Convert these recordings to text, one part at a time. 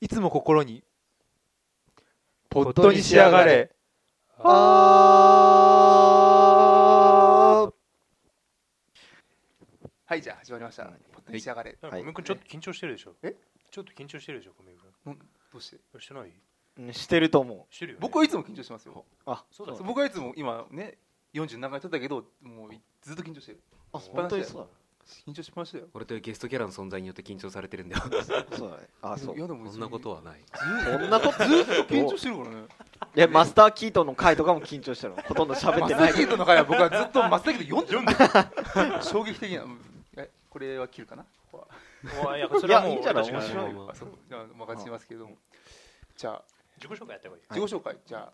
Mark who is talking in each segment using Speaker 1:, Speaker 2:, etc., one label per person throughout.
Speaker 1: いつも心にポットに仕上がれあーはいじゃあ始まりましたポットに仕上がれ
Speaker 2: なん
Speaker 3: は
Speaker 2: か
Speaker 3: い
Speaker 2: 小くんちょっと緊張してるでしょ
Speaker 1: え
Speaker 2: ちょっと緊張してるでしょ小くん
Speaker 1: うんどうして
Speaker 2: してない
Speaker 3: うんしてると思
Speaker 2: してるよね
Speaker 1: 僕はいつも緊張してますよ
Speaker 3: うあ
Speaker 2: そうだ
Speaker 1: そう僕はいつも今ね47回撮ったけどもうずっと緊張してる
Speaker 3: あ
Speaker 2: そう
Speaker 3: 本当にそう
Speaker 1: 緊張しましたよ
Speaker 4: 俺というゲストキャラの存在によって緊張されて るんだよ
Speaker 3: だそうだねあそう
Speaker 1: いやでも
Speaker 4: そんなことはない
Speaker 3: そんなこと
Speaker 1: ずっと緊張してるからね
Speaker 3: でマスターキートンの回とかも緊張してるのほとんど喋
Speaker 1: マ
Speaker 3: っ
Speaker 1: ス
Speaker 3: て
Speaker 1: タ
Speaker 3: な
Speaker 1: ー
Speaker 3: い
Speaker 1: キートンの回は僕はずっとマスターキートン読んでる衝撃的なうんえこれは切るかなここは
Speaker 2: お前なんかそれはい
Speaker 3: や
Speaker 2: も
Speaker 3: いういんじゃない
Speaker 2: 確かに
Speaker 3: 面白い
Speaker 4: よ
Speaker 1: あそうじゃあ任せますけどもじゃあ
Speaker 2: 自己紹介やった方がいい
Speaker 1: 自己紹介じゃあ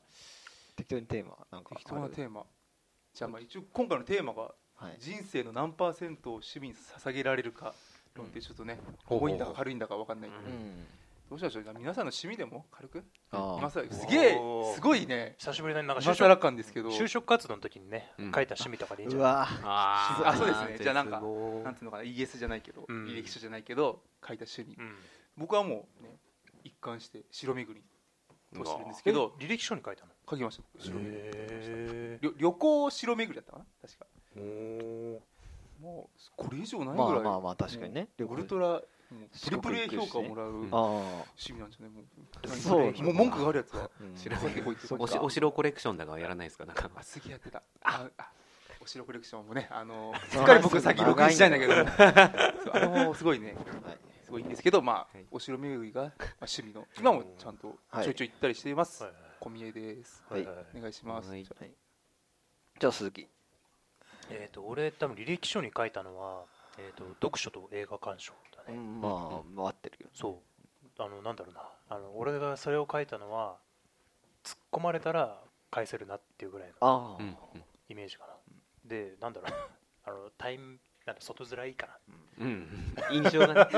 Speaker 3: 適当にテーマなんか
Speaker 1: 適当
Speaker 3: あ
Speaker 1: な
Speaker 3: る
Speaker 1: テーマじゃあまあ一応今回のテーマが
Speaker 3: はい
Speaker 1: 人生の何パーセントを趣味に捧げられるか論ってちょっとね
Speaker 4: ほうほう
Speaker 1: 重いんだか軽いんだか分かんないけど
Speaker 2: う
Speaker 3: うん
Speaker 1: どうしましょうじゃあ皆さんの趣味でも軽く
Speaker 3: あー
Speaker 1: 今更すげえ
Speaker 2: おー
Speaker 1: すごいね
Speaker 2: 久しぶりだねなんか
Speaker 1: 今
Speaker 2: 就
Speaker 1: 更
Speaker 2: 職
Speaker 1: 感ですけど
Speaker 2: 就職活動の時にね
Speaker 4: う
Speaker 2: 書
Speaker 4: ん
Speaker 2: いた趣味とかでいいんじ
Speaker 3: う
Speaker 2: ゃない
Speaker 3: わー
Speaker 4: あ
Speaker 1: ーあそうですねじゃあなんか
Speaker 4: 絶望
Speaker 1: なんていうのかな ES じゃないけど
Speaker 2: うん
Speaker 1: 履歴書じゃないけど書いた趣味
Speaker 2: うん
Speaker 1: 僕はもうね一貫して白巡りをしてるんですけど
Speaker 2: え履歴書に書いたの
Speaker 1: 書きました僕白巡り
Speaker 2: へ
Speaker 1: 旅旅行白巡りだったかな確か
Speaker 2: えお
Speaker 1: もうこれ以上ないぐ
Speaker 3: ま
Speaker 1: ら
Speaker 3: あ
Speaker 1: い
Speaker 3: まあまあ確かにね
Speaker 1: ウルトラもうトリプル A
Speaker 3: 四国
Speaker 1: 評
Speaker 3: 行くしね
Speaker 1: 価をもらう
Speaker 4: うん
Speaker 1: 趣
Speaker 3: あ
Speaker 1: 味なんじゃないもう
Speaker 3: あそうなんだ
Speaker 1: もう文句があるやつは
Speaker 3: あ、うん
Speaker 4: 知ら
Speaker 1: さっきこいつ
Speaker 3: そっ
Speaker 4: おし
Speaker 3: か
Speaker 4: お城コレクションだからやらないですかなんか
Speaker 1: あすげえやってたああお城コレクションもねあのすっかり僕先録音したいんだけどそうあれもすごいね
Speaker 3: はい
Speaker 1: すごいいいんですけどまあ
Speaker 4: はい
Speaker 1: お城巡りがまあ趣味の今もちゃんと
Speaker 3: はい
Speaker 1: ちょいちょい行ったりしています
Speaker 2: はい
Speaker 1: 小見江です
Speaker 3: はい
Speaker 2: はい
Speaker 1: お願いします
Speaker 4: はい
Speaker 1: じゃあ
Speaker 3: じゃあ鈴木
Speaker 2: えっと俺多分履歴書に書いたのはえっと読書と映画鑑賞だ
Speaker 3: う
Speaker 2: ね
Speaker 3: んまあ回ってるよ
Speaker 2: そうあのなんだろうなあの俺がそれを書いたのは突っ込まれたら返せるなっていうぐらいの
Speaker 3: あ
Speaker 4: うん
Speaker 2: イメージかな、でなんだろう あのタイムなんだ外面いいかな
Speaker 4: うん印象 が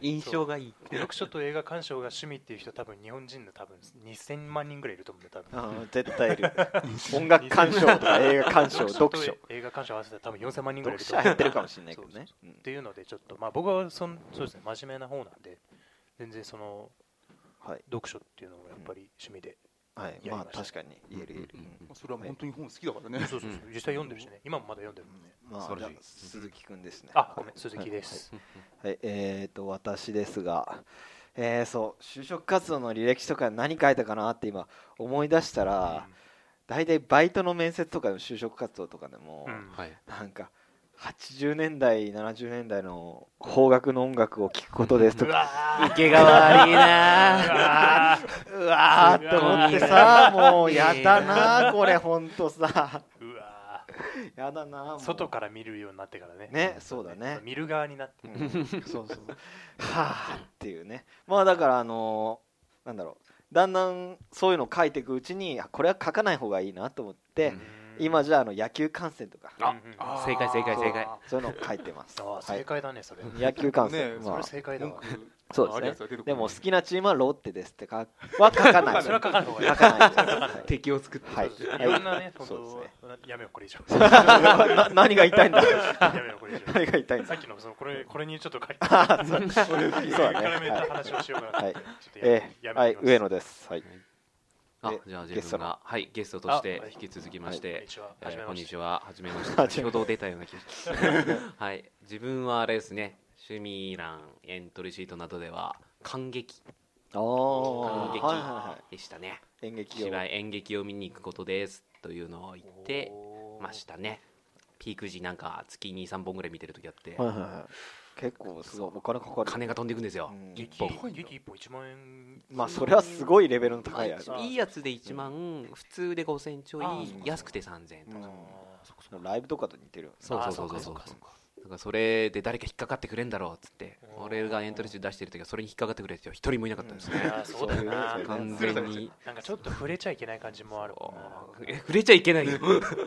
Speaker 4: 印象がいい
Speaker 2: で読書と映画鑑賞が趣味っていう人多分日本人の多分2000万人ぐらいいると思うんだよ多
Speaker 3: あ
Speaker 2: 分
Speaker 3: あ絶対いる音楽鑑賞とか映画鑑賞読書
Speaker 2: と映画鑑賞合わせて多分4000万人ぐら
Speaker 3: 読
Speaker 2: いいる
Speaker 3: 書は減ってるかも
Speaker 2: し
Speaker 3: しれないけど
Speaker 2: そう
Speaker 3: ねう
Speaker 2: っ
Speaker 3: ん
Speaker 2: ていうのでちょっとまあ僕はそんそうですね真面目な方なんで全然その
Speaker 3: はい
Speaker 2: 読書っていうのをやっぱり趣味で、
Speaker 3: はい
Speaker 2: やりま
Speaker 3: まあ
Speaker 2: した
Speaker 3: 確かに言える言える
Speaker 4: うんうん
Speaker 1: まあそれは本当に本好きだからね
Speaker 2: そうそうそう実際読んでるしね今もまだ読んでるもんね、
Speaker 3: ま
Speaker 4: 素
Speaker 3: あ
Speaker 4: 晴
Speaker 3: じ
Speaker 4: ら
Speaker 3: ゃ
Speaker 4: しい
Speaker 3: あ鈴木くんですね
Speaker 2: あごめん鈴木です、
Speaker 3: はい、はいえっと私ですがえーそう就職活動の履歴書とか何書いたかなって今思い出したら大体バイトの面接とかでも就職活動とかでも
Speaker 2: うん
Speaker 4: はい
Speaker 3: なんか80年代70年代の邦楽の音楽を聴くことですと
Speaker 2: う
Speaker 3: か
Speaker 2: わー
Speaker 4: 毛が悪い うな
Speaker 2: わ
Speaker 3: うわーって思ってさもうやだなこれほんとさ
Speaker 2: ーうわー
Speaker 3: やだなもう
Speaker 2: 外から見るようになってからね
Speaker 3: ねそうだね
Speaker 2: 見る側になって、
Speaker 3: うんそうそうそう はあっていうねまあだからあのーなんだろうだんだんそういうの書いていくうちにあこれは書かない方がいいなと思って、
Speaker 4: うん
Speaker 3: 今じゃああの野球観戦とか
Speaker 2: あ
Speaker 4: あ正解正解正解
Speaker 3: そういうの書いて ます、
Speaker 2: ああ
Speaker 3: は
Speaker 2: 正
Speaker 3: い、
Speaker 2: 解だねそれ、
Speaker 3: 野球観
Speaker 1: ね
Speaker 3: 戦、まあ、
Speaker 2: それ正解だわ
Speaker 3: そう
Speaker 1: ある
Speaker 3: で
Speaker 1: や
Speaker 3: す
Speaker 1: つ
Speaker 3: ね
Speaker 1: は出てこな
Speaker 3: で
Speaker 1: い
Speaker 3: も好きなチームはロッテですってかは書かない
Speaker 2: それは書かない方がいい
Speaker 3: 書かないですはい
Speaker 4: 敵を作って
Speaker 3: はい
Speaker 2: そうそういろんなね、本
Speaker 3: そうですね
Speaker 2: 当、やめようこれ以上。
Speaker 3: な何が言い たいんだ
Speaker 2: やめようこれ以
Speaker 3: 何が言いたいん
Speaker 2: 上。さ
Speaker 3: だ
Speaker 2: っきのそのこれこれにちょっと借りて
Speaker 3: あそうそうだね
Speaker 2: 絡めた
Speaker 3: はい
Speaker 2: 話をしようかな。
Speaker 3: はい
Speaker 2: ちょっとや
Speaker 3: え
Speaker 2: や
Speaker 3: ーは
Speaker 2: め
Speaker 3: い
Speaker 2: てきます
Speaker 3: 上野ですはい
Speaker 4: あ
Speaker 3: で
Speaker 4: じゃあ
Speaker 3: ゲ
Speaker 4: 自
Speaker 3: スト
Speaker 4: 分
Speaker 3: の
Speaker 4: がはいゲストとし
Speaker 2: あは
Speaker 4: て
Speaker 2: い
Speaker 4: 引き続きまし
Speaker 2: こん
Speaker 4: て
Speaker 2: にちは。
Speaker 4: えー
Speaker 2: はじめ
Speaker 4: こ
Speaker 2: ま
Speaker 4: んに
Speaker 2: して
Speaker 4: ちは。はじめまし
Speaker 3: はじめ
Speaker 4: て。先
Speaker 3: まして
Speaker 4: ほど出たような気がします。はい。自分はあれですね。趣味欄、エントリーシートなどでは、感激、
Speaker 3: ああ
Speaker 4: 感
Speaker 3: はい
Speaker 4: 激
Speaker 3: はいは
Speaker 4: でしたね。
Speaker 3: い演劇を
Speaker 4: 芝居、演劇を見に行くことですというのを言ってましたね。ピーク時なんか月に3本ぐらい見てる時あって、
Speaker 3: はいはいはい結構すごいお金かかる
Speaker 4: 金が飛んでいくんですよ
Speaker 3: うん。
Speaker 4: 一
Speaker 2: 劇
Speaker 4: 本。
Speaker 2: 劇一本一万円。
Speaker 3: まあそれはすごいレベルの
Speaker 4: ま
Speaker 3: 高
Speaker 4: あ
Speaker 3: いやつ
Speaker 2: あ
Speaker 4: いいやつで1万、普通で5000円ちょい
Speaker 2: あー、
Speaker 4: 安くて3000円と
Speaker 3: う
Speaker 4: か
Speaker 3: ん。
Speaker 2: そこそ
Speaker 3: もうライブとかと似てる
Speaker 4: そうそうそうそうそうだからそれで誰か引っかかってくれんだろうっつって
Speaker 2: おー
Speaker 4: 俺がエントリー数出してる時はそれに引っかかってくれる人は一人もいなかったんですね、
Speaker 2: いやそうだよな
Speaker 3: そういう
Speaker 4: 完
Speaker 3: やつだよ
Speaker 4: 全
Speaker 3: ね
Speaker 4: に
Speaker 2: なんかちょっと触れちゃいけない感じもあるもん
Speaker 4: あ
Speaker 2: な。
Speaker 4: ーえ触れちゃいけないよ
Speaker 2: なんつったらいい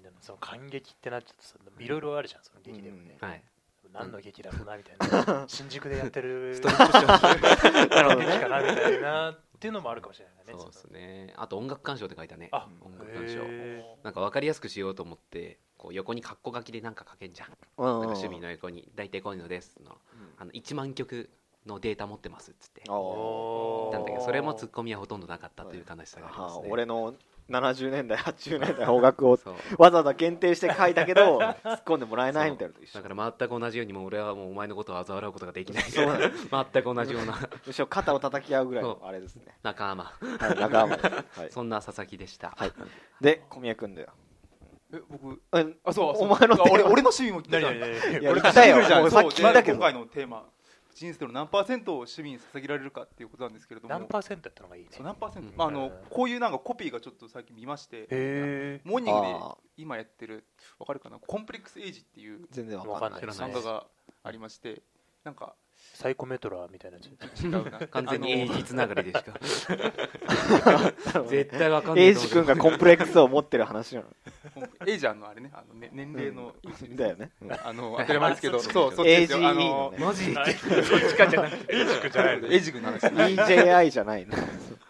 Speaker 2: んだろうその感激ってなっちゃってさいろいろあるじゃんその劇でもね、
Speaker 4: はい
Speaker 2: 何の劇だろうなみたいな新宿でやってる
Speaker 4: ストリップショー
Speaker 2: なるほどね。なみたいなっていうのもあるかもしれないね。
Speaker 4: そうですねあと音楽鑑賞って書いたね
Speaker 2: あ
Speaker 4: 音楽鑑賞
Speaker 2: へ
Speaker 4: なんか分かりやすくしようと思ってこう横にカッコ書きでなんか書けんじゃん
Speaker 3: うん
Speaker 4: なんか趣味の横に大体こういうのですのあの1万曲のデータ持ってますっつって
Speaker 3: あー
Speaker 2: お
Speaker 4: なんだけどそれもツ
Speaker 2: つ
Speaker 4: ッコミはほとんどなかったという悲しさがあります
Speaker 3: あー
Speaker 4: ね。
Speaker 3: 俺の70年代80年代の方角を
Speaker 4: そう
Speaker 3: わざわざ限定して書いたけ ど突っ込んでもらえないみたいなのと一緒
Speaker 4: だから全く同じようにもう俺はもうお前のことを嘲笑うことができない
Speaker 3: そうなんで
Speaker 4: 全く同じような
Speaker 3: むしろ肩を叩き合うぐらいの
Speaker 4: そう
Speaker 3: あれですね
Speaker 4: 仲間、
Speaker 3: はい仲間で、はい、
Speaker 4: そんな佐々木でした、
Speaker 3: はいで小宮君だよ
Speaker 1: え僕
Speaker 3: え
Speaker 1: あそう
Speaker 3: お前の
Speaker 1: あ俺
Speaker 3: テーマ
Speaker 1: 俺の趣味も聞いた
Speaker 2: 何何
Speaker 3: いや
Speaker 2: 何
Speaker 1: 俺
Speaker 3: 聞
Speaker 1: 聞
Speaker 3: いたよ
Speaker 1: じゃ
Speaker 3: も
Speaker 1: ん
Speaker 3: うさっ
Speaker 1: そう
Speaker 3: き聞いたけど
Speaker 1: で今回のテーマ人生の何パーセントを趣味に捧げられるかっていうことなんですけれども
Speaker 2: 何パーセントやったのがいいね
Speaker 1: そう何パーセント、
Speaker 4: うん
Speaker 1: まあ、あのこういうなんかコピーがちょっと最近見まして、
Speaker 2: へえ
Speaker 1: モーニングで
Speaker 3: あー
Speaker 1: 今やってるわかるかなコンプレックスエイジっていう
Speaker 3: 全然わかんない
Speaker 4: 知らない
Speaker 1: 漫画がありましてなん か
Speaker 2: サイコメトラーみたいなやつ
Speaker 1: 違うな
Speaker 4: 完全に
Speaker 1: あの
Speaker 4: 英字つながりでしか 絶対わかんない
Speaker 3: エイジ君がコンプレックスを持ってる話なの
Speaker 1: エイジャーのあれねあのね年齢の、
Speaker 3: だよね、うん
Speaker 1: あ の当たり前ですけど
Speaker 4: あそっち
Speaker 1: そうそっち
Speaker 3: エイ
Speaker 1: で
Speaker 3: ジ
Speaker 1: す
Speaker 3: e
Speaker 1: よあ
Speaker 3: の
Speaker 1: の、
Speaker 3: ね、
Speaker 4: マジ
Speaker 2: はいそっちかじゃなくてエイジ君じゃないの
Speaker 1: エイジ君なんですけど
Speaker 3: EJI じゃないの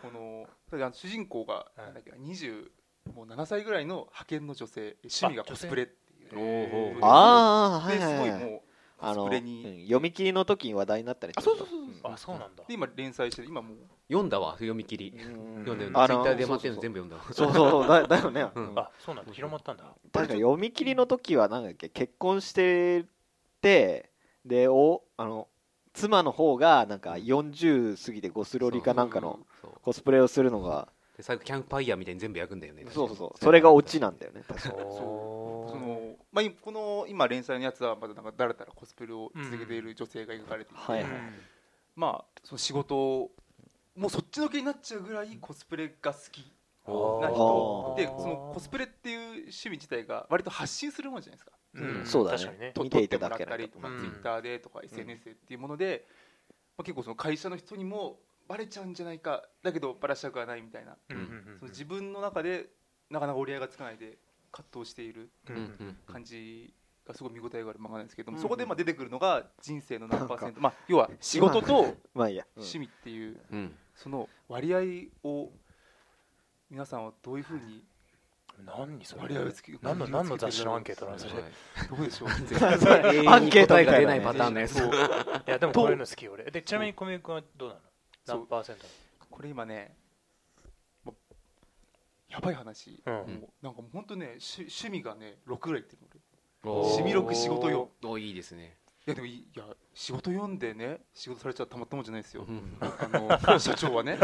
Speaker 1: このそれであの主人公が
Speaker 2: うん
Speaker 1: なんだっけ20もう7歳ぐらいの派遣の女性趣味がコスプレっていうね
Speaker 4: おうおう
Speaker 3: ああは
Speaker 1: で
Speaker 3: い
Speaker 1: すご
Speaker 3: はいい、
Speaker 1: も
Speaker 3: はいうあの
Speaker 1: コスプレに
Speaker 3: うん読み切りの時に話題になったり
Speaker 1: あそうそうそうそう
Speaker 2: あそうなんだ
Speaker 1: で今連載して今もう
Speaker 4: 読んだわ読み切
Speaker 3: う
Speaker 4: り
Speaker 3: ん
Speaker 4: 読んでるツイ
Speaker 3: あの
Speaker 4: ッターで待ってるの全部読んだわ
Speaker 3: そうそうそうだだよね、
Speaker 4: うん
Speaker 2: あそうなんだ広まったんだ
Speaker 3: 確か読み切りの時はなんだっけ結婚しててでおあの妻の方がなんか40過ぎてゴスロリかなんかの
Speaker 4: そう
Speaker 3: コスプレをするのが
Speaker 4: で最後キャンプファイヤーみたいに全部焼くんだよね
Speaker 3: そうそうそうそれがオチなんだよね確かに
Speaker 2: お
Speaker 1: そ
Speaker 2: ー
Speaker 1: のまあ、いこの今連載のやつはまだなんかだらだらコスプレを続けている女性が描かれていて、
Speaker 3: うんはいはい
Speaker 2: うん
Speaker 1: まあ、その仕事をもうそっちのけになっちゃうぐらいコスプレが好きな人
Speaker 3: お
Speaker 1: でそのコスプレっていう趣味自体が割と発信するもんじゃないですか。
Speaker 2: うん
Speaker 3: そうだね
Speaker 2: 確かにね
Speaker 1: と
Speaker 3: 見ていただけ
Speaker 1: 撮ってもらった
Speaker 3: ない
Speaker 1: り
Speaker 3: と
Speaker 1: とか、
Speaker 2: うん
Speaker 1: ツイッターでとか SNS でっていうもので、まあ、結構その会社の人にもバレちゃうんじゃないかだけどバラしたくはないみたいな、
Speaker 2: うんうん
Speaker 1: その自分の中でなかなか折り合いがつかないで葛藤している
Speaker 2: うん
Speaker 4: う
Speaker 2: うんん
Speaker 4: うん
Speaker 1: 感じがすごい見応えがある漫画なんですけども、
Speaker 2: うん
Speaker 1: そこでまあ出てくるのが人生の何パーセ
Speaker 3: なん
Speaker 1: ント、まあ、要は仕事と
Speaker 3: まあいいや、うん
Speaker 1: 趣味っていう
Speaker 4: うん
Speaker 1: その割合を皆さんはどういうふうに
Speaker 2: 何それ
Speaker 1: 割合をつけ
Speaker 2: 何の何の雑誌のアンケートなん
Speaker 1: ど
Speaker 2: それ
Speaker 4: は
Speaker 1: うでしょう
Speaker 4: い
Speaker 3: アンケート
Speaker 4: 答
Speaker 3: み
Speaker 4: えが
Speaker 3: たい
Speaker 4: 出
Speaker 3: な
Speaker 4: な
Speaker 3: ね
Speaker 4: いパターンのやつ
Speaker 1: そう
Speaker 2: いやでもこういうの好き俺でちなみに小宮君はどうなの
Speaker 1: そう
Speaker 2: 何パーセント
Speaker 1: これ今ねもうやばい話、
Speaker 2: うん
Speaker 1: もうなんかもう本当ね趣趣味がね6ぐらいいってるの俺い
Speaker 4: おー
Speaker 1: 趣味録仕事用
Speaker 4: おいいですね
Speaker 1: やでもいいいや仕事読んでね仕事されちゃたまったもんじゃないですよ
Speaker 4: う、ん
Speaker 1: あの社長はね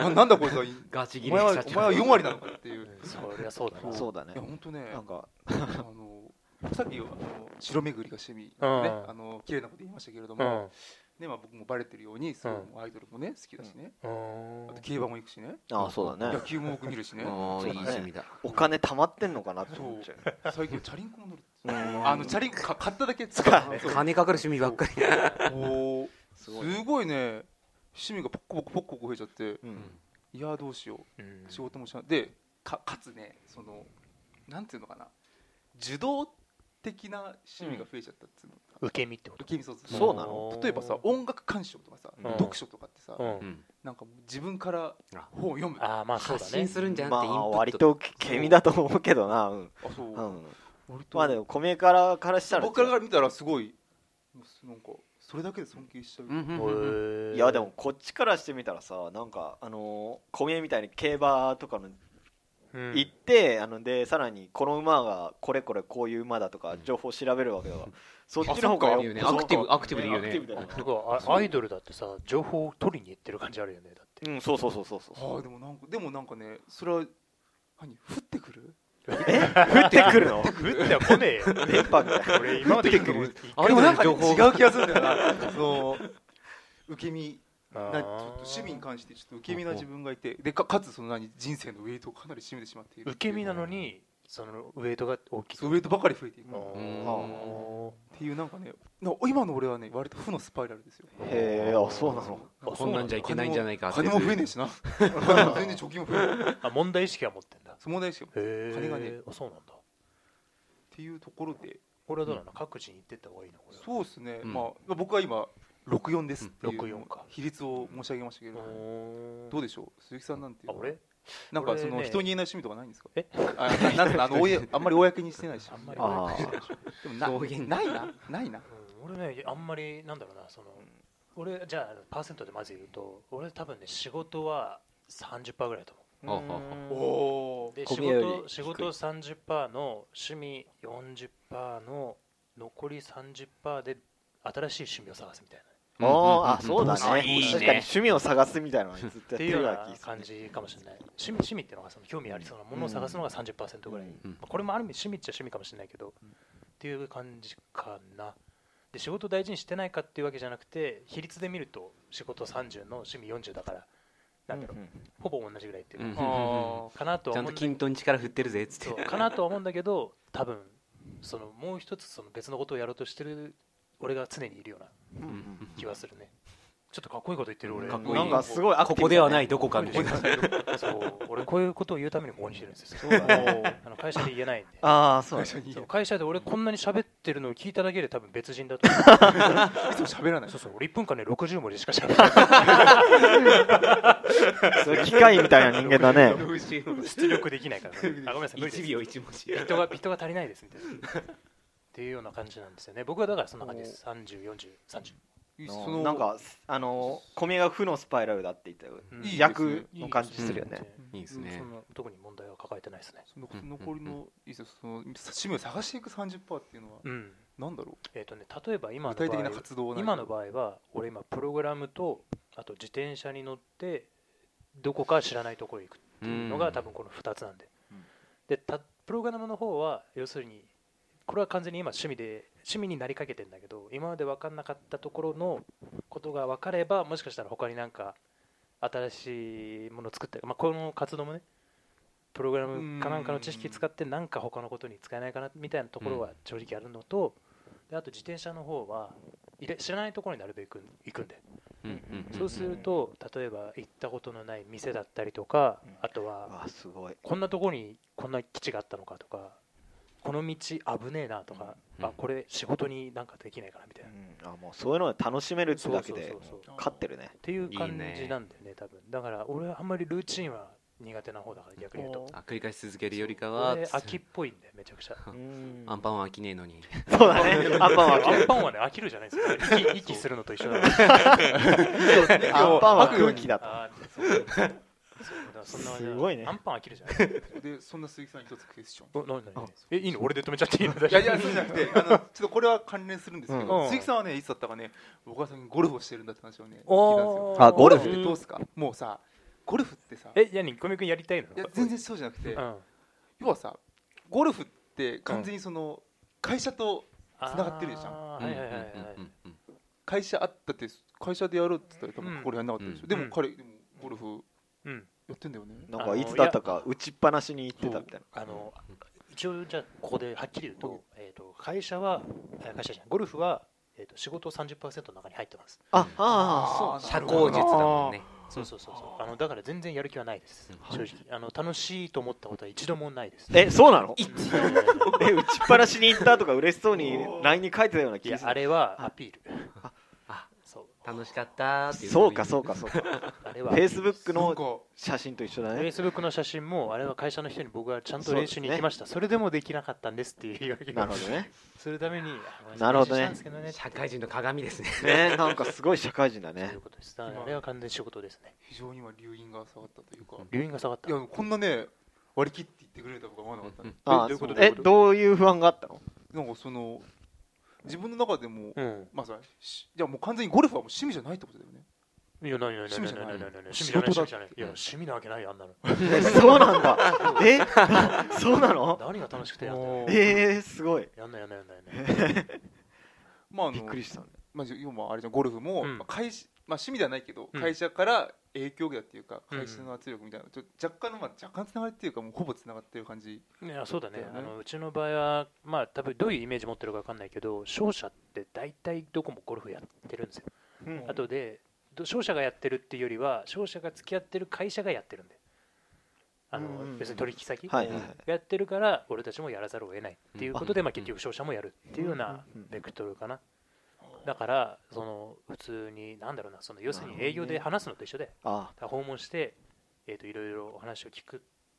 Speaker 1: ななんだこいつはい
Speaker 4: ガチ切
Speaker 1: お
Speaker 4: り
Speaker 1: 前は
Speaker 4: 社
Speaker 1: お
Speaker 4: 長
Speaker 1: 前は4割なのかっていう
Speaker 2: うんそりゃそうだな
Speaker 3: そうだね
Speaker 1: いや本当ね
Speaker 3: なんか
Speaker 1: あのさっきあの城巡りが趣味、ね
Speaker 2: うん
Speaker 1: あの綺麗なこと言いましたけれど
Speaker 2: う
Speaker 1: も、
Speaker 2: ん
Speaker 1: ねまあ、僕もバレてるようにそう
Speaker 2: う
Speaker 1: アイドルもね好きだしね、
Speaker 2: うん
Speaker 1: あと競馬も行くしね
Speaker 3: ああそうだね
Speaker 1: 野球もよく見るしね
Speaker 4: おーいい
Speaker 3: そうだね
Speaker 4: 趣味だ
Speaker 3: お金貯まってんのかなって思っちゃう
Speaker 1: 最近チャリンコも乗る
Speaker 3: うん
Speaker 1: あのチャリンコか買っただけ使うそう
Speaker 4: 金かかる趣味ばっかり
Speaker 1: おー
Speaker 3: す
Speaker 1: す
Speaker 3: ごいね
Speaker 1: ごいね趣味がポッコポコポッコポコ増えちゃって
Speaker 3: うん
Speaker 1: いやーどうしよ
Speaker 2: うん
Speaker 1: う仕事もしないでかかつねそのなんていうのかな受動的な趣味が増えちゃったっつうの
Speaker 2: 受け身ってこと
Speaker 1: 受け身そう
Speaker 3: そうなの
Speaker 1: 例えばさ音楽鑑賞とかさ、
Speaker 3: うん
Speaker 1: 読書とかってさ、
Speaker 2: うん
Speaker 4: うん
Speaker 1: なんかもう自分から
Speaker 4: あ
Speaker 1: 本を読むあ
Speaker 2: ああまあそうだ
Speaker 4: 発
Speaker 2: ね
Speaker 4: 信するんじゃな
Speaker 3: ま
Speaker 4: くてインプ
Speaker 3: あ割
Speaker 4: ット
Speaker 3: とケミだと思うけどなうん、
Speaker 1: そう、
Speaker 3: うん、
Speaker 1: 割と
Speaker 3: まあでも米からからしたら
Speaker 1: 僕らから見たらすごいなんかそれだけで尊敬しちゃう、
Speaker 4: うんうんうんうん
Speaker 2: へー
Speaker 3: いやでもこっちからしてみたらさなんかあのー小宮みたいに競馬とかの
Speaker 2: うん
Speaker 3: 行って、あのでさらにこの馬がこれこれこういう馬だとか情報調べるわけだから、そっちの方が
Speaker 1: あそっか
Speaker 3: よ
Speaker 4: 言うね
Speaker 3: そう
Speaker 4: アクティブアクティブで言うね
Speaker 3: アクティブだよ
Speaker 2: てかあアイドルだってさ情報を取りに行ってる感じあるよね だって
Speaker 3: うんそうそうそうそうそう
Speaker 1: ああでもなんかでもなんかねそれは何降ってくる
Speaker 3: 降ってくるの
Speaker 2: 降っては来ねえよ
Speaker 3: 電波みたいな
Speaker 2: 俺今まで行くの一
Speaker 4: あ
Speaker 1: で
Speaker 4: れ
Speaker 1: もな
Speaker 4: もなんん
Speaker 1: かね
Speaker 4: か情
Speaker 1: 違
Speaker 4: 報
Speaker 1: う気がするんだよ なその受け身な
Speaker 2: 回
Speaker 1: ちょっと趣味に関してちょっと受け身な自分がいてでかかつその何人生のウェイトをかなり占めてしまっている
Speaker 2: 受け身なのにそのウェイトが大きい
Speaker 1: そうウェイトばかり増えていく
Speaker 2: あ
Speaker 1: っ
Speaker 4: うん
Speaker 2: ー
Speaker 1: ていうなんかねな今の俺はね割と負のスパイラルですよ
Speaker 3: へえあそうなの
Speaker 2: あ
Speaker 4: こんなんじゃいけないんじゃないか
Speaker 1: 金も
Speaker 4: っ
Speaker 1: 金
Speaker 4: て
Speaker 1: も
Speaker 4: や
Speaker 1: 増え
Speaker 4: つ
Speaker 1: ねえしな 金も全然貯金も増えない
Speaker 2: あ問題意識は持ってんだ
Speaker 1: 相撲大好きよっ
Speaker 2: へえ
Speaker 1: 金がね
Speaker 2: あそうなんだ
Speaker 1: ていうところで
Speaker 2: これはどうなの各自に行ってった方がいいのこれは
Speaker 1: そうですね、
Speaker 4: うん
Speaker 1: まあ僕は今64ですっていう
Speaker 2: うん64か
Speaker 1: 比率を申し上げましたけれどもどう
Speaker 2: で
Speaker 1: でしょう鈴木さんなんていう
Speaker 2: あ
Speaker 1: のは
Speaker 2: 俺
Speaker 1: なんかそ
Speaker 2: 俺
Speaker 1: の
Speaker 2: ね
Speaker 1: 人に言えない趣味とかないんですか
Speaker 2: え
Speaker 1: あななんかあのおやあんまり公にしてないし
Speaker 2: あんまり
Speaker 3: あ
Speaker 1: でもな
Speaker 4: 表現
Speaker 1: ないなないな
Speaker 2: うん俺ねあんまりなんだろうなその俺じゃあパーセントでまず言うと俺多分ね仕事は30%ぐらいだと思
Speaker 4: ほうほうほう
Speaker 1: お
Speaker 3: お
Speaker 1: お
Speaker 2: うで
Speaker 3: 小
Speaker 2: 仕
Speaker 3: 宮より低
Speaker 2: 事
Speaker 3: い
Speaker 2: 仕事30%の趣味40%の残り30%で新しい趣味を探すみたいな
Speaker 3: ーあそうだ
Speaker 4: うん
Speaker 3: ね
Speaker 4: いいね
Speaker 3: 確かに趣味を探すみたいなのはずっとや
Speaker 2: っ
Speaker 3: ってて
Speaker 2: いうよ
Speaker 3: る
Speaker 2: う
Speaker 3: わ
Speaker 2: な
Speaker 3: けです
Speaker 2: 感じかもしれない趣味趣味っていうのがその興味ありそうなものを探すのが30%ぐらい、
Speaker 4: うん
Speaker 2: まあこれもある意味趣味っちゃ趣味かもしれないけど、
Speaker 3: うん
Speaker 2: っていう感じかなで仕事大事にしてないかっていうわけじゃなくて比率で見ると仕事30の趣味40だからなんだろう、ほぼ同じぐらいっていうか,、
Speaker 4: うん
Speaker 1: あ
Speaker 2: かなと
Speaker 4: ち
Speaker 2: は
Speaker 4: ゃん
Speaker 2: 思うんだけど
Speaker 4: と均等に力振ってるぜっつって
Speaker 2: そうかなとは思うんだけど多分そのもう一つその別のことをやろうとしてる俺が常にいるような
Speaker 3: うんうん
Speaker 2: 気はするね、ちょっとかっこいいこと言ってる俺
Speaker 4: かっこいい
Speaker 3: なんかすごいアク
Speaker 4: こ
Speaker 3: ティ
Speaker 4: こ
Speaker 3: ブだね
Speaker 4: ではないどこかみたいな
Speaker 2: そう俺こういうことを言うためにここにしてるんですよ
Speaker 3: そうだね
Speaker 2: あの会社で言えないんで
Speaker 3: ああそう
Speaker 1: 最初
Speaker 3: だね
Speaker 1: に
Speaker 2: そう
Speaker 1: い
Speaker 2: 会社で俺こんなに喋ってるのを聞いただけで多分別人だと思う
Speaker 1: つも喋 らない
Speaker 2: そうそう俺1分間ね60文字しか喋らない
Speaker 3: そういう機械みたいな人間だ ね
Speaker 2: 出力できないから、ね、あごめんなさい無理です
Speaker 4: 1秒1文字
Speaker 2: 人が人が足りないですみたいなっていうような感じなんですよね僕はだからそんな感じです304030
Speaker 1: その
Speaker 3: なんかあの小宮が負のスパイラルだって言ったよ
Speaker 2: うん
Speaker 1: いい
Speaker 3: 逆の感じするよね
Speaker 4: いいですね
Speaker 2: そんな特に問題は抱えてないですね
Speaker 1: その
Speaker 4: うん
Speaker 1: 残りのいいですよその趣味を探していく30%っていうのは
Speaker 2: うん
Speaker 1: なんだろ
Speaker 2: えっ、とね例えば
Speaker 1: う
Speaker 2: 今
Speaker 1: 具
Speaker 2: の場合
Speaker 1: 体的な活動はない
Speaker 2: 今の場合は俺今プログラムとあと自転車に乗ってどこか知らないところへ行くっていうの
Speaker 4: う
Speaker 2: が
Speaker 4: ん
Speaker 2: 多分この2つなんで
Speaker 3: うん
Speaker 2: でたプログラムの方は要するにこれは完全に今趣味で趣味になりかけてんだけど今まで分かんなかったところのことが分かればもしかしたら他になんか新しいものを作ったり、まあ、この活動もねプログラムかなんかの知識使ってなんか他のことに使えないかなみたいなところは正直あるのと、であと自転車の方はいれ知らないところになるべく行くんで、そうすると例えば行ったことのない店だったりとか、
Speaker 3: うん
Speaker 2: あとは
Speaker 3: わあすごい
Speaker 2: こんなところにこんな基地があったのかとかこの道危ねえなとか、
Speaker 4: うん
Speaker 2: あこれ仕事になんかできないかなみたいな、
Speaker 3: うんあもうそういうのを楽しめるってだけで
Speaker 2: そうそうそうそう
Speaker 3: 勝ってるね
Speaker 2: っていう感じ
Speaker 4: いいね
Speaker 2: なんだよね多分だから俺はあんまりルーチンは苦手な方だから逆に言うと
Speaker 4: あ繰り返し続けるよりかは
Speaker 2: 俺飽きっぽいんだよめちゃくちゃ
Speaker 3: うん
Speaker 4: アンパンは飽きねえのに
Speaker 3: そうだねアンパンは
Speaker 2: アン
Speaker 3: 飽
Speaker 2: パンはね飽きるじゃないですか息息するのと一緒だか
Speaker 3: き
Speaker 2: ら
Speaker 3: るアンパンは空気だと
Speaker 2: あーそうそうだからそんな感じだ
Speaker 3: すごいね
Speaker 2: アンパン飽きるじゃないですか
Speaker 1: でそんな鈴木さんに一つクエスチョン
Speaker 2: お 何何何えいいの俺で止めちゃっていいの
Speaker 1: いやいやそうじゃなく てあのちょっとこれは関連するんですけ
Speaker 2: う
Speaker 1: ど
Speaker 2: ん
Speaker 1: 鈴木さんはねいつだったかね僕は最近ゴルフをしてるんだって話をね聞
Speaker 2: お
Speaker 1: いたんですよ
Speaker 2: ー
Speaker 3: あゴルフ
Speaker 1: ゴルフってどうすかもうさゴルフってさい
Speaker 2: えヤニコミ君やりたいの
Speaker 1: や全然そうじゃなくて
Speaker 2: うん
Speaker 1: 要はさゴルフって完全にその会社と
Speaker 2: あー
Speaker 1: 繋がってるじゃん
Speaker 2: はいはいはいはい
Speaker 1: 会社あったって会社でやろうって言ったら多
Speaker 2: うん
Speaker 1: 分これやんなかったでし
Speaker 4: う
Speaker 1: ょ
Speaker 4: ん
Speaker 1: でも彼でもゴルフ
Speaker 2: うん
Speaker 1: やってんだよね
Speaker 3: なんかいつだったか打ちっぱなしに行ってたみたい
Speaker 2: あの一応じゃあここではっきり言うと,、えー、と会社はあ会社じゃないゴルフは、えー、と仕事30%の中に入ってます
Speaker 3: なあああ
Speaker 1: ー
Speaker 3: そう
Speaker 4: 社交術だもんね
Speaker 2: そうそうそうそうあのだから全然やる気はないです、
Speaker 4: はい
Speaker 2: 正直あの楽しいと思ったことは一度もないです
Speaker 3: えそうなの
Speaker 2: 一度もない
Speaker 3: え打ちっぱなしに行ったとか嬉しそうに LINE に書いてたような気
Speaker 2: い
Speaker 3: が
Speaker 2: や
Speaker 3: す
Speaker 2: あ
Speaker 3: る
Speaker 2: れはアピール
Speaker 4: あ
Speaker 2: そう
Speaker 4: 楽しかったっていう
Speaker 3: そうかそうかそうか
Speaker 2: あれは
Speaker 3: Facebook
Speaker 1: なん
Speaker 3: の
Speaker 1: か
Speaker 3: 写真と一緒だ
Speaker 2: フ
Speaker 3: ね
Speaker 2: ェイスブックの写真もあれは会社の人に僕はちゃんと練習に行きましたそ,、れでもできなかったんですっていう言い訳
Speaker 3: な
Speaker 2: が
Speaker 3: るほどね
Speaker 2: するためにあごめん
Speaker 3: なるほどね
Speaker 2: 練習したんですけ
Speaker 4: 社会人の鏡ですね
Speaker 3: ねなんかすごい社会人だ
Speaker 2: どねと
Speaker 3: ね
Speaker 2: いうことですだからあれは完全に仕事ですね
Speaker 1: 非常に今留飲が下がったというか
Speaker 2: 留飲が下がった
Speaker 1: いやこんなね割り切って言ってくれるとは僕は思わなかったんで
Speaker 3: あ
Speaker 2: どういうこと
Speaker 3: そうえ
Speaker 2: どういうこと
Speaker 3: どういう不安があったの
Speaker 1: なんかその自分の中でも
Speaker 2: うん
Speaker 1: まあさしいやもう完全にゴルフはもう趣味じゃないってことだよね
Speaker 2: いや、ないないない
Speaker 1: 趣
Speaker 2: な
Speaker 1: 味じゃ
Speaker 2: いない
Speaker 1: ない
Speaker 2: ないない趣味
Speaker 1: 仕
Speaker 2: じゃない
Speaker 1: 事
Speaker 2: 趣
Speaker 1: だ
Speaker 2: 味じゃないいや趣味なわけないよあんなの
Speaker 3: えそうなん だえ そうなの
Speaker 2: 何が楽しくてやんの
Speaker 1: もう
Speaker 3: えー、すごい
Speaker 2: やんないやんないやんないやんない
Speaker 1: まああ
Speaker 3: びっ
Speaker 1: の
Speaker 3: くりしたね
Speaker 1: まあ要はあれじゃんゴルフも
Speaker 2: うん
Speaker 1: まあ会社まあ趣味ではないけど
Speaker 2: うん
Speaker 1: 会社から影響力っていうか
Speaker 2: うん
Speaker 1: 会社の圧力みたいなちょ若干のまあ若干つながりっていうかもうほぼつながってる感じ
Speaker 2: いやそうだね
Speaker 1: だよね
Speaker 2: あのうちの場合はまあ多分どういうイメージ持ってるかわかんないけど商社って大体どこもゴルフやってるんですよあとでど商社がやってるっていうよりは商社が付き合ってる会社がやってるんであの、
Speaker 3: うんうんうん
Speaker 2: 別に取引先
Speaker 3: は
Speaker 2: が
Speaker 3: いはいはい
Speaker 2: やってるから俺たちもやらざるを得ないっていうことで、
Speaker 4: うん
Speaker 2: まあ、結局商社もやるっていうような
Speaker 3: うんうんうん
Speaker 2: ベクトルかなだからその普通になんだろうなその要するに営業で話すのと一緒で
Speaker 3: あ
Speaker 2: 訪問して、えー、といろいろお話を聞くっ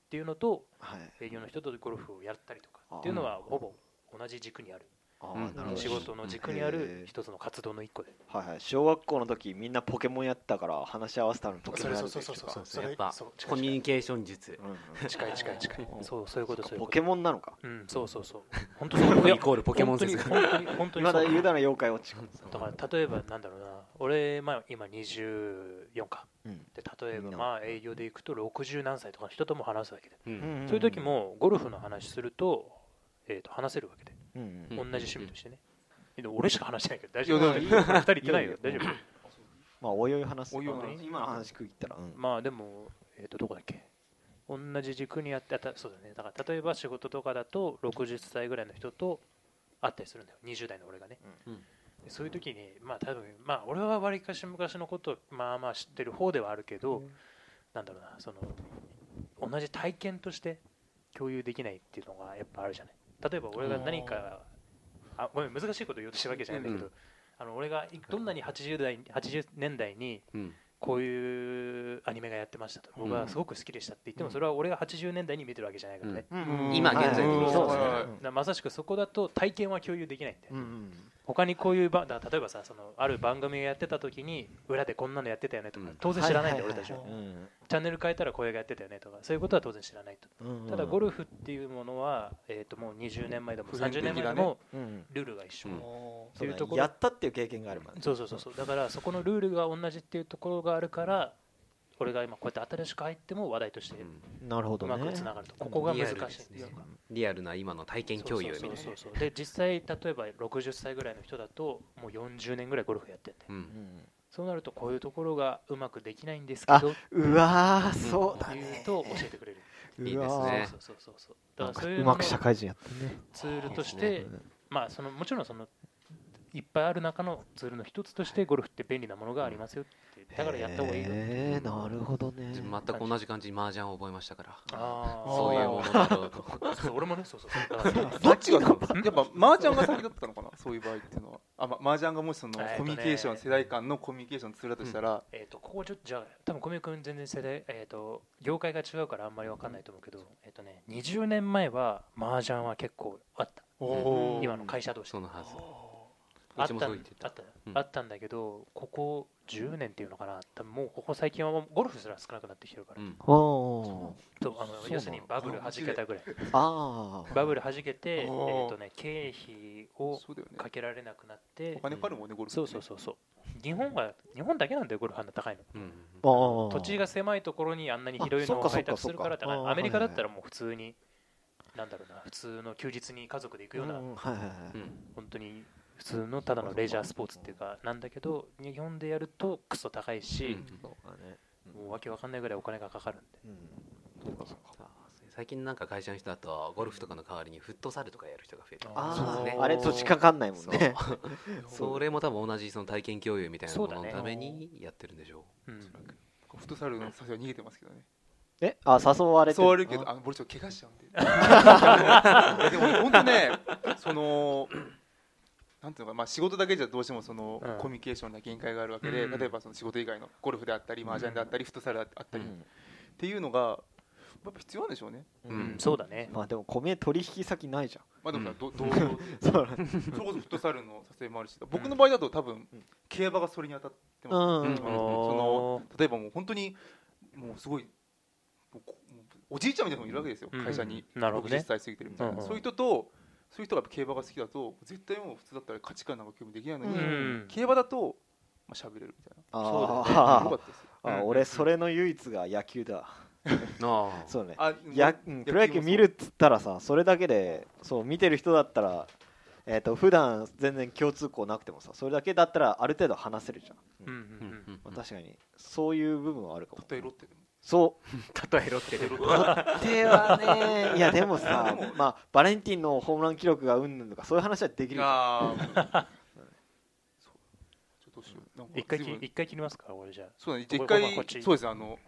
Speaker 2: ていうのと
Speaker 3: はい
Speaker 2: 営業の人とゴルフをやったりとかっていうのはほぼ同じ軸にある
Speaker 3: ああ
Speaker 4: うん
Speaker 3: なるほど
Speaker 2: 仕事の軸にあ
Speaker 3: へえ
Speaker 2: る一つの活動の一個で
Speaker 3: はいはい、小学校の時みんなポケモンやったから話し合わせたのにポケ
Speaker 2: そ
Speaker 3: モン
Speaker 2: れ
Speaker 3: や
Speaker 2: そ
Speaker 3: る
Speaker 2: うそうそう
Speaker 3: べきと
Speaker 2: そ
Speaker 3: か
Speaker 2: うそれ
Speaker 4: やっぱ
Speaker 2: そう近
Speaker 4: コ
Speaker 2: い
Speaker 4: ミュ
Speaker 2: 近
Speaker 4: ニ
Speaker 2: い
Speaker 4: ケーション術
Speaker 3: うんうん
Speaker 2: 近い近い近い
Speaker 3: うん
Speaker 2: そうそういうことそういう
Speaker 3: ポ
Speaker 2: こ
Speaker 3: ケ
Speaker 2: と
Speaker 3: モンなのか
Speaker 2: うんそうそうそう 本当そう
Speaker 4: イコールポケモン
Speaker 2: 本当に
Speaker 4: 説
Speaker 2: 本当に本当に
Speaker 3: 今
Speaker 2: そ
Speaker 3: だ
Speaker 2: う
Speaker 3: ユダの妖怪落ち
Speaker 2: だから例えばなんだろうな俺、まあ、今24か
Speaker 3: うん
Speaker 2: で例えば
Speaker 3: うん
Speaker 2: まあ営業で行くと60何歳とかの人とも話すわけで、
Speaker 4: うん
Speaker 3: んん
Speaker 2: そういう時、もゴルフの話すると,、えー、と話せるわけで、
Speaker 3: うんうん
Speaker 2: 同じ趣味としてね、でも俺しか話してないけど大
Speaker 1: い
Speaker 2: 丈
Speaker 1: や
Speaker 2: 夫
Speaker 1: だから
Speaker 2: 俺2人行ってない
Speaker 3: い
Speaker 2: よ
Speaker 3: や
Speaker 2: 大
Speaker 3: い
Speaker 2: 丈
Speaker 3: や
Speaker 2: 夫
Speaker 3: まあおいおい話す
Speaker 1: おいおい話す
Speaker 3: 今の話区切ったら、うん
Speaker 2: まあでも、えー、とどこだっけ同じ軸にやってあたそうだねだから例えば仕事とかだと60歳ぐらいの人と会ったりするんだよ20代の俺がね、
Speaker 4: うんうん
Speaker 2: でそういう時にまあ多分まあ俺はわりかし昔のことまあまあ知ってる方ではあるけど、なんだろうなその同じ体験として共有できないっていうのがやっぱあるじゃない例えば俺が何かあごめん難しいこと言おうとしてるわけじゃないんだけど、
Speaker 4: うん
Speaker 2: あの俺がいどんなに80代80年代に
Speaker 4: うん
Speaker 2: こういうアニメがやってましたと僕はすごく好きでしたって言ってもそれは俺が80年代に見てるわけじゃないからね、
Speaker 1: うん
Speaker 4: 今現在
Speaker 3: はい
Speaker 4: に
Speaker 3: そうですね
Speaker 1: はい
Speaker 2: だからまさしくそこだと体験は共有できないんだ
Speaker 3: う
Speaker 2: よ、
Speaker 3: んうん
Speaker 2: 他にこういうばだから例えばさそのある番組をやってた時に裏でこんなのやってたよねとか
Speaker 4: うん
Speaker 2: 当然知らないんだよ
Speaker 3: は
Speaker 2: 俺
Speaker 3: は
Speaker 2: たちは
Speaker 3: はうん
Speaker 2: チャンネル変えたらこれがやってたよねとかそういうことは当然知らないと
Speaker 3: うんうん
Speaker 2: ただゴルフっていうものは、えー、ともう20年前でも
Speaker 1: 普遍的
Speaker 2: 30
Speaker 1: な
Speaker 2: 年
Speaker 1: ね
Speaker 2: 前でも
Speaker 3: うん
Speaker 2: ルールが一緒、
Speaker 4: うん
Speaker 3: そうだ
Speaker 2: っていうとこ
Speaker 3: ね
Speaker 2: ろ
Speaker 3: やったっていう経験があるからね
Speaker 2: そうそうそうそうだからそこのルールが同じっていうところがあるから俺が今こうやって新しく入っても話題として
Speaker 4: う
Speaker 2: うん
Speaker 3: なるほどね
Speaker 2: まくつながると、ここが難しいんです
Speaker 4: リア
Speaker 2: よ
Speaker 4: ルですねリアルな今の体験共有みたいな
Speaker 2: そうそうそうそうで実際例えば60歳ぐらいの人だともう40年ぐらいゴルフやってて
Speaker 4: う
Speaker 3: うんん
Speaker 2: そうなるとこういうところがうまくできないんですけ
Speaker 3: あ
Speaker 2: どっ
Speaker 3: うわーそうだ
Speaker 2: て
Speaker 3: ね
Speaker 2: いうと教えてくれる
Speaker 3: うわー
Speaker 4: いいですね
Speaker 2: そうそうそうそうだ
Speaker 3: な
Speaker 2: か
Speaker 3: んか
Speaker 2: らそうい
Speaker 3: う
Speaker 2: うの
Speaker 3: まく社会人やってね
Speaker 2: ツールとし
Speaker 4: で
Speaker 2: て、まあ、そのもちろんそのいっぱいある中のツールの一つとしてゴルフって便利なものがありますよってだからやった方がいいよって
Speaker 3: へーなるほどね
Speaker 4: 自分全く同じ感じに麻雀を覚えましたから
Speaker 2: あー
Speaker 4: そういうものだろうと
Speaker 2: そう俺もねそうそうそう だから
Speaker 1: どっ ちがやっぱ麻雀が先だったのかなそういう場合っていうのはあま麻雀がもしその
Speaker 2: えーとね
Speaker 1: コミュニケーション世代間のコミュニケーションのツールだとしたら
Speaker 2: えーとここちょっとじゃあ多分小宮君全然世代、えー、と業界が違うからあんまり分かんないと思うけど、えーとね、20年前は麻雀は結構あった
Speaker 1: おー
Speaker 2: 今の会社同士
Speaker 4: そのはず
Speaker 2: あ
Speaker 4: う
Speaker 2: っ
Speaker 4: ちも
Speaker 2: た
Speaker 4: そう言って
Speaker 2: あ
Speaker 4: た
Speaker 2: った,、
Speaker 4: うん
Speaker 2: あったんだけどここ10年っていうのかな多分もうここ最近はもうゴルフすら少なくなってきてるから、
Speaker 4: うん
Speaker 3: おー
Speaker 2: とあの
Speaker 3: そうなの
Speaker 2: 要するにバブル弾けたぐらい
Speaker 3: あー
Speaker 2: バブル弾けて、え
Speaker 1: おー
Speaker 2: ーとね、経費を
Speaker 1: そうだよね
Speaker 2: かけられなくなって
Speaker 1: お金かかるもんねゴルフ
Speaker 2: そうそうそうそう日本は日本だけなんだよゴルフあんな高いの
Speaker 4: うん
Speaker 3: あー
Speaker 2: 土地が狭いところにあんなに広いの
Speaker 3: あそっ
Speaker 2: を
Speaker 3: かそっ
Speaker 2: 開
Speaker 3: か
Speaker 2: 拓するから
Speaker 3: そっ
Speaker 2: だか
Speaker 3: からあー
Speaker 2: アメリカだったらもう普通になんだろうな普通の休日に家族で行くような、
Speaker 3: うんはいはいはい
Speaker 4: うん
Speaker 2: 本当に普通のただのレジャースポーツっていうかなんだけど日本でやるとクソ高いし、
Speaker 4: うん
Speaker 3: そうだね
Speaker 2: もうわけわかんないぐらいお金がかかるんで
Speaker 3: うん
Speaker 4: あー最近なんか会社の人だとゴルフとかの代わりにフットサルとかやる人が増えて
Speaker 2: あー
Speaker 4: そう
Speaker 3: あ
Speaker 4: ですね
Speaker 3: ああれ土地かかんないもんね
Speaker 4: それも多分同じその体験共有みたいなもの
Speaker 2: そう
Speaker 4: の
Speaker 2: だね
Speaker 4: ためにやってるんでしょ
Speaker 2: うん
Speaker 1: フットサルの誘いは逃げてますけどね
Speaker 3: えあ誘われて
Speaker 1: 誘われるけど
Speaker 3: あ
Speaker 1: あの俺ちょっと怪我しちゃうんでいやでも ね本当ねそのなんていうのかまあ仕事だけじゃどうしてもその、
Speaker 2: うん
Speaker 1: コミュニケーションには限界があるわけで、
Speaker 2: うん
Speaker 1: 例えばその仕事以外のゴルフであったり麻雀であったり、フットサルであった
Speaker 3: う
Speaker 1: り、っ
Speaker 3: ん
Speaker 1: ていうのがやっぱ必要なんでしょうね
Speaker 4: う
Speaker 2: うん
Speaker 4: ん
Speaker 2: そうだね、
Speaker 3: まあでも米取引先ないじ
Speaker 1: まあでもさ、
Speaker 4: うん
Speaker 1: ど同僚で
Speaker 3: ゃ んそう
Speaker 1: それこそフットサルの撮影もあるし僕の場合だと多分
Speaker 3: うん
Speaker 1: 競馬がそれに当たって
Speaker 3: う
Speaker 1: ます、
Speaker 3: ん
Speaker 4: うん
Speaker 2: あ
Speaker 1: そ
Speaker 2: ー
Speaker 1: の例えばもう本当にもうすごいもうこもうおじいちゃんみたいなのもいるわけですよ、
Speaker 2: うん
Speaker 1: 会社に
Speaker 2: なるほど
Speaker 1: 60
Speaker 2: ね
Speaker 1: 歳過ぎてるみたいな、
Speaker 2: うんうん
Speaker 1: そういう人とそういう人がやっぱ競馬が好きだと絶対もう普通だったら価値観なんか興味できないのに、
Speaker 2: うん
Speaker 1: 競馬だと、まあ喋れるみたいな
Speaker 3: あ
Speaker 2: そう
Speaker 1: よか
Speaker 3: ー
Speaker 1: ったですよ
Speaker 2: うん
Speaker 3: あ俺それの唯一が野球だ
Speaker 4: うあ
Speaker 3: そうね
Speaker 1: あ
Speaker 3: やう
Speaker 1: うんん
Speaker 3: プロ野球見るっつったらさそれだけでそう見てる人だったらえっと普段全然共通項なくてもさそれだけだったらある程度話せるじゃん
Speaker 2: うんう
Speaker 4: うん
Speaker 2: んうん
Speaker 4: うん
Speaker 3: まあ確かにそういう部分はあるかも
Speaker 1: 例えロッテでも
Speaker 3: そう
Speaker 4: 例えろ って
Speaker 3: 手はねいやでもさ
Speaker 1: でも
Speaker 3: まあバレンティンのホームラン記録がうんぬんとかそういう話はできるじ ゃん
Speaker 1: あーうんそうちょっとどうしようなんか
Speaker 2: 一回
Speaker 1: 随
Speaker 2: き
Speaker 1: 分
Speaker 2: 一回切りますか俺じゃあ
Speaker 1: そうだね
Speaker 2: こ
Speaker 1: 一
Speaker 2: ここここっ
Speaker 1: 回
Speaker 2: ち
Speaker 1: そうですねあの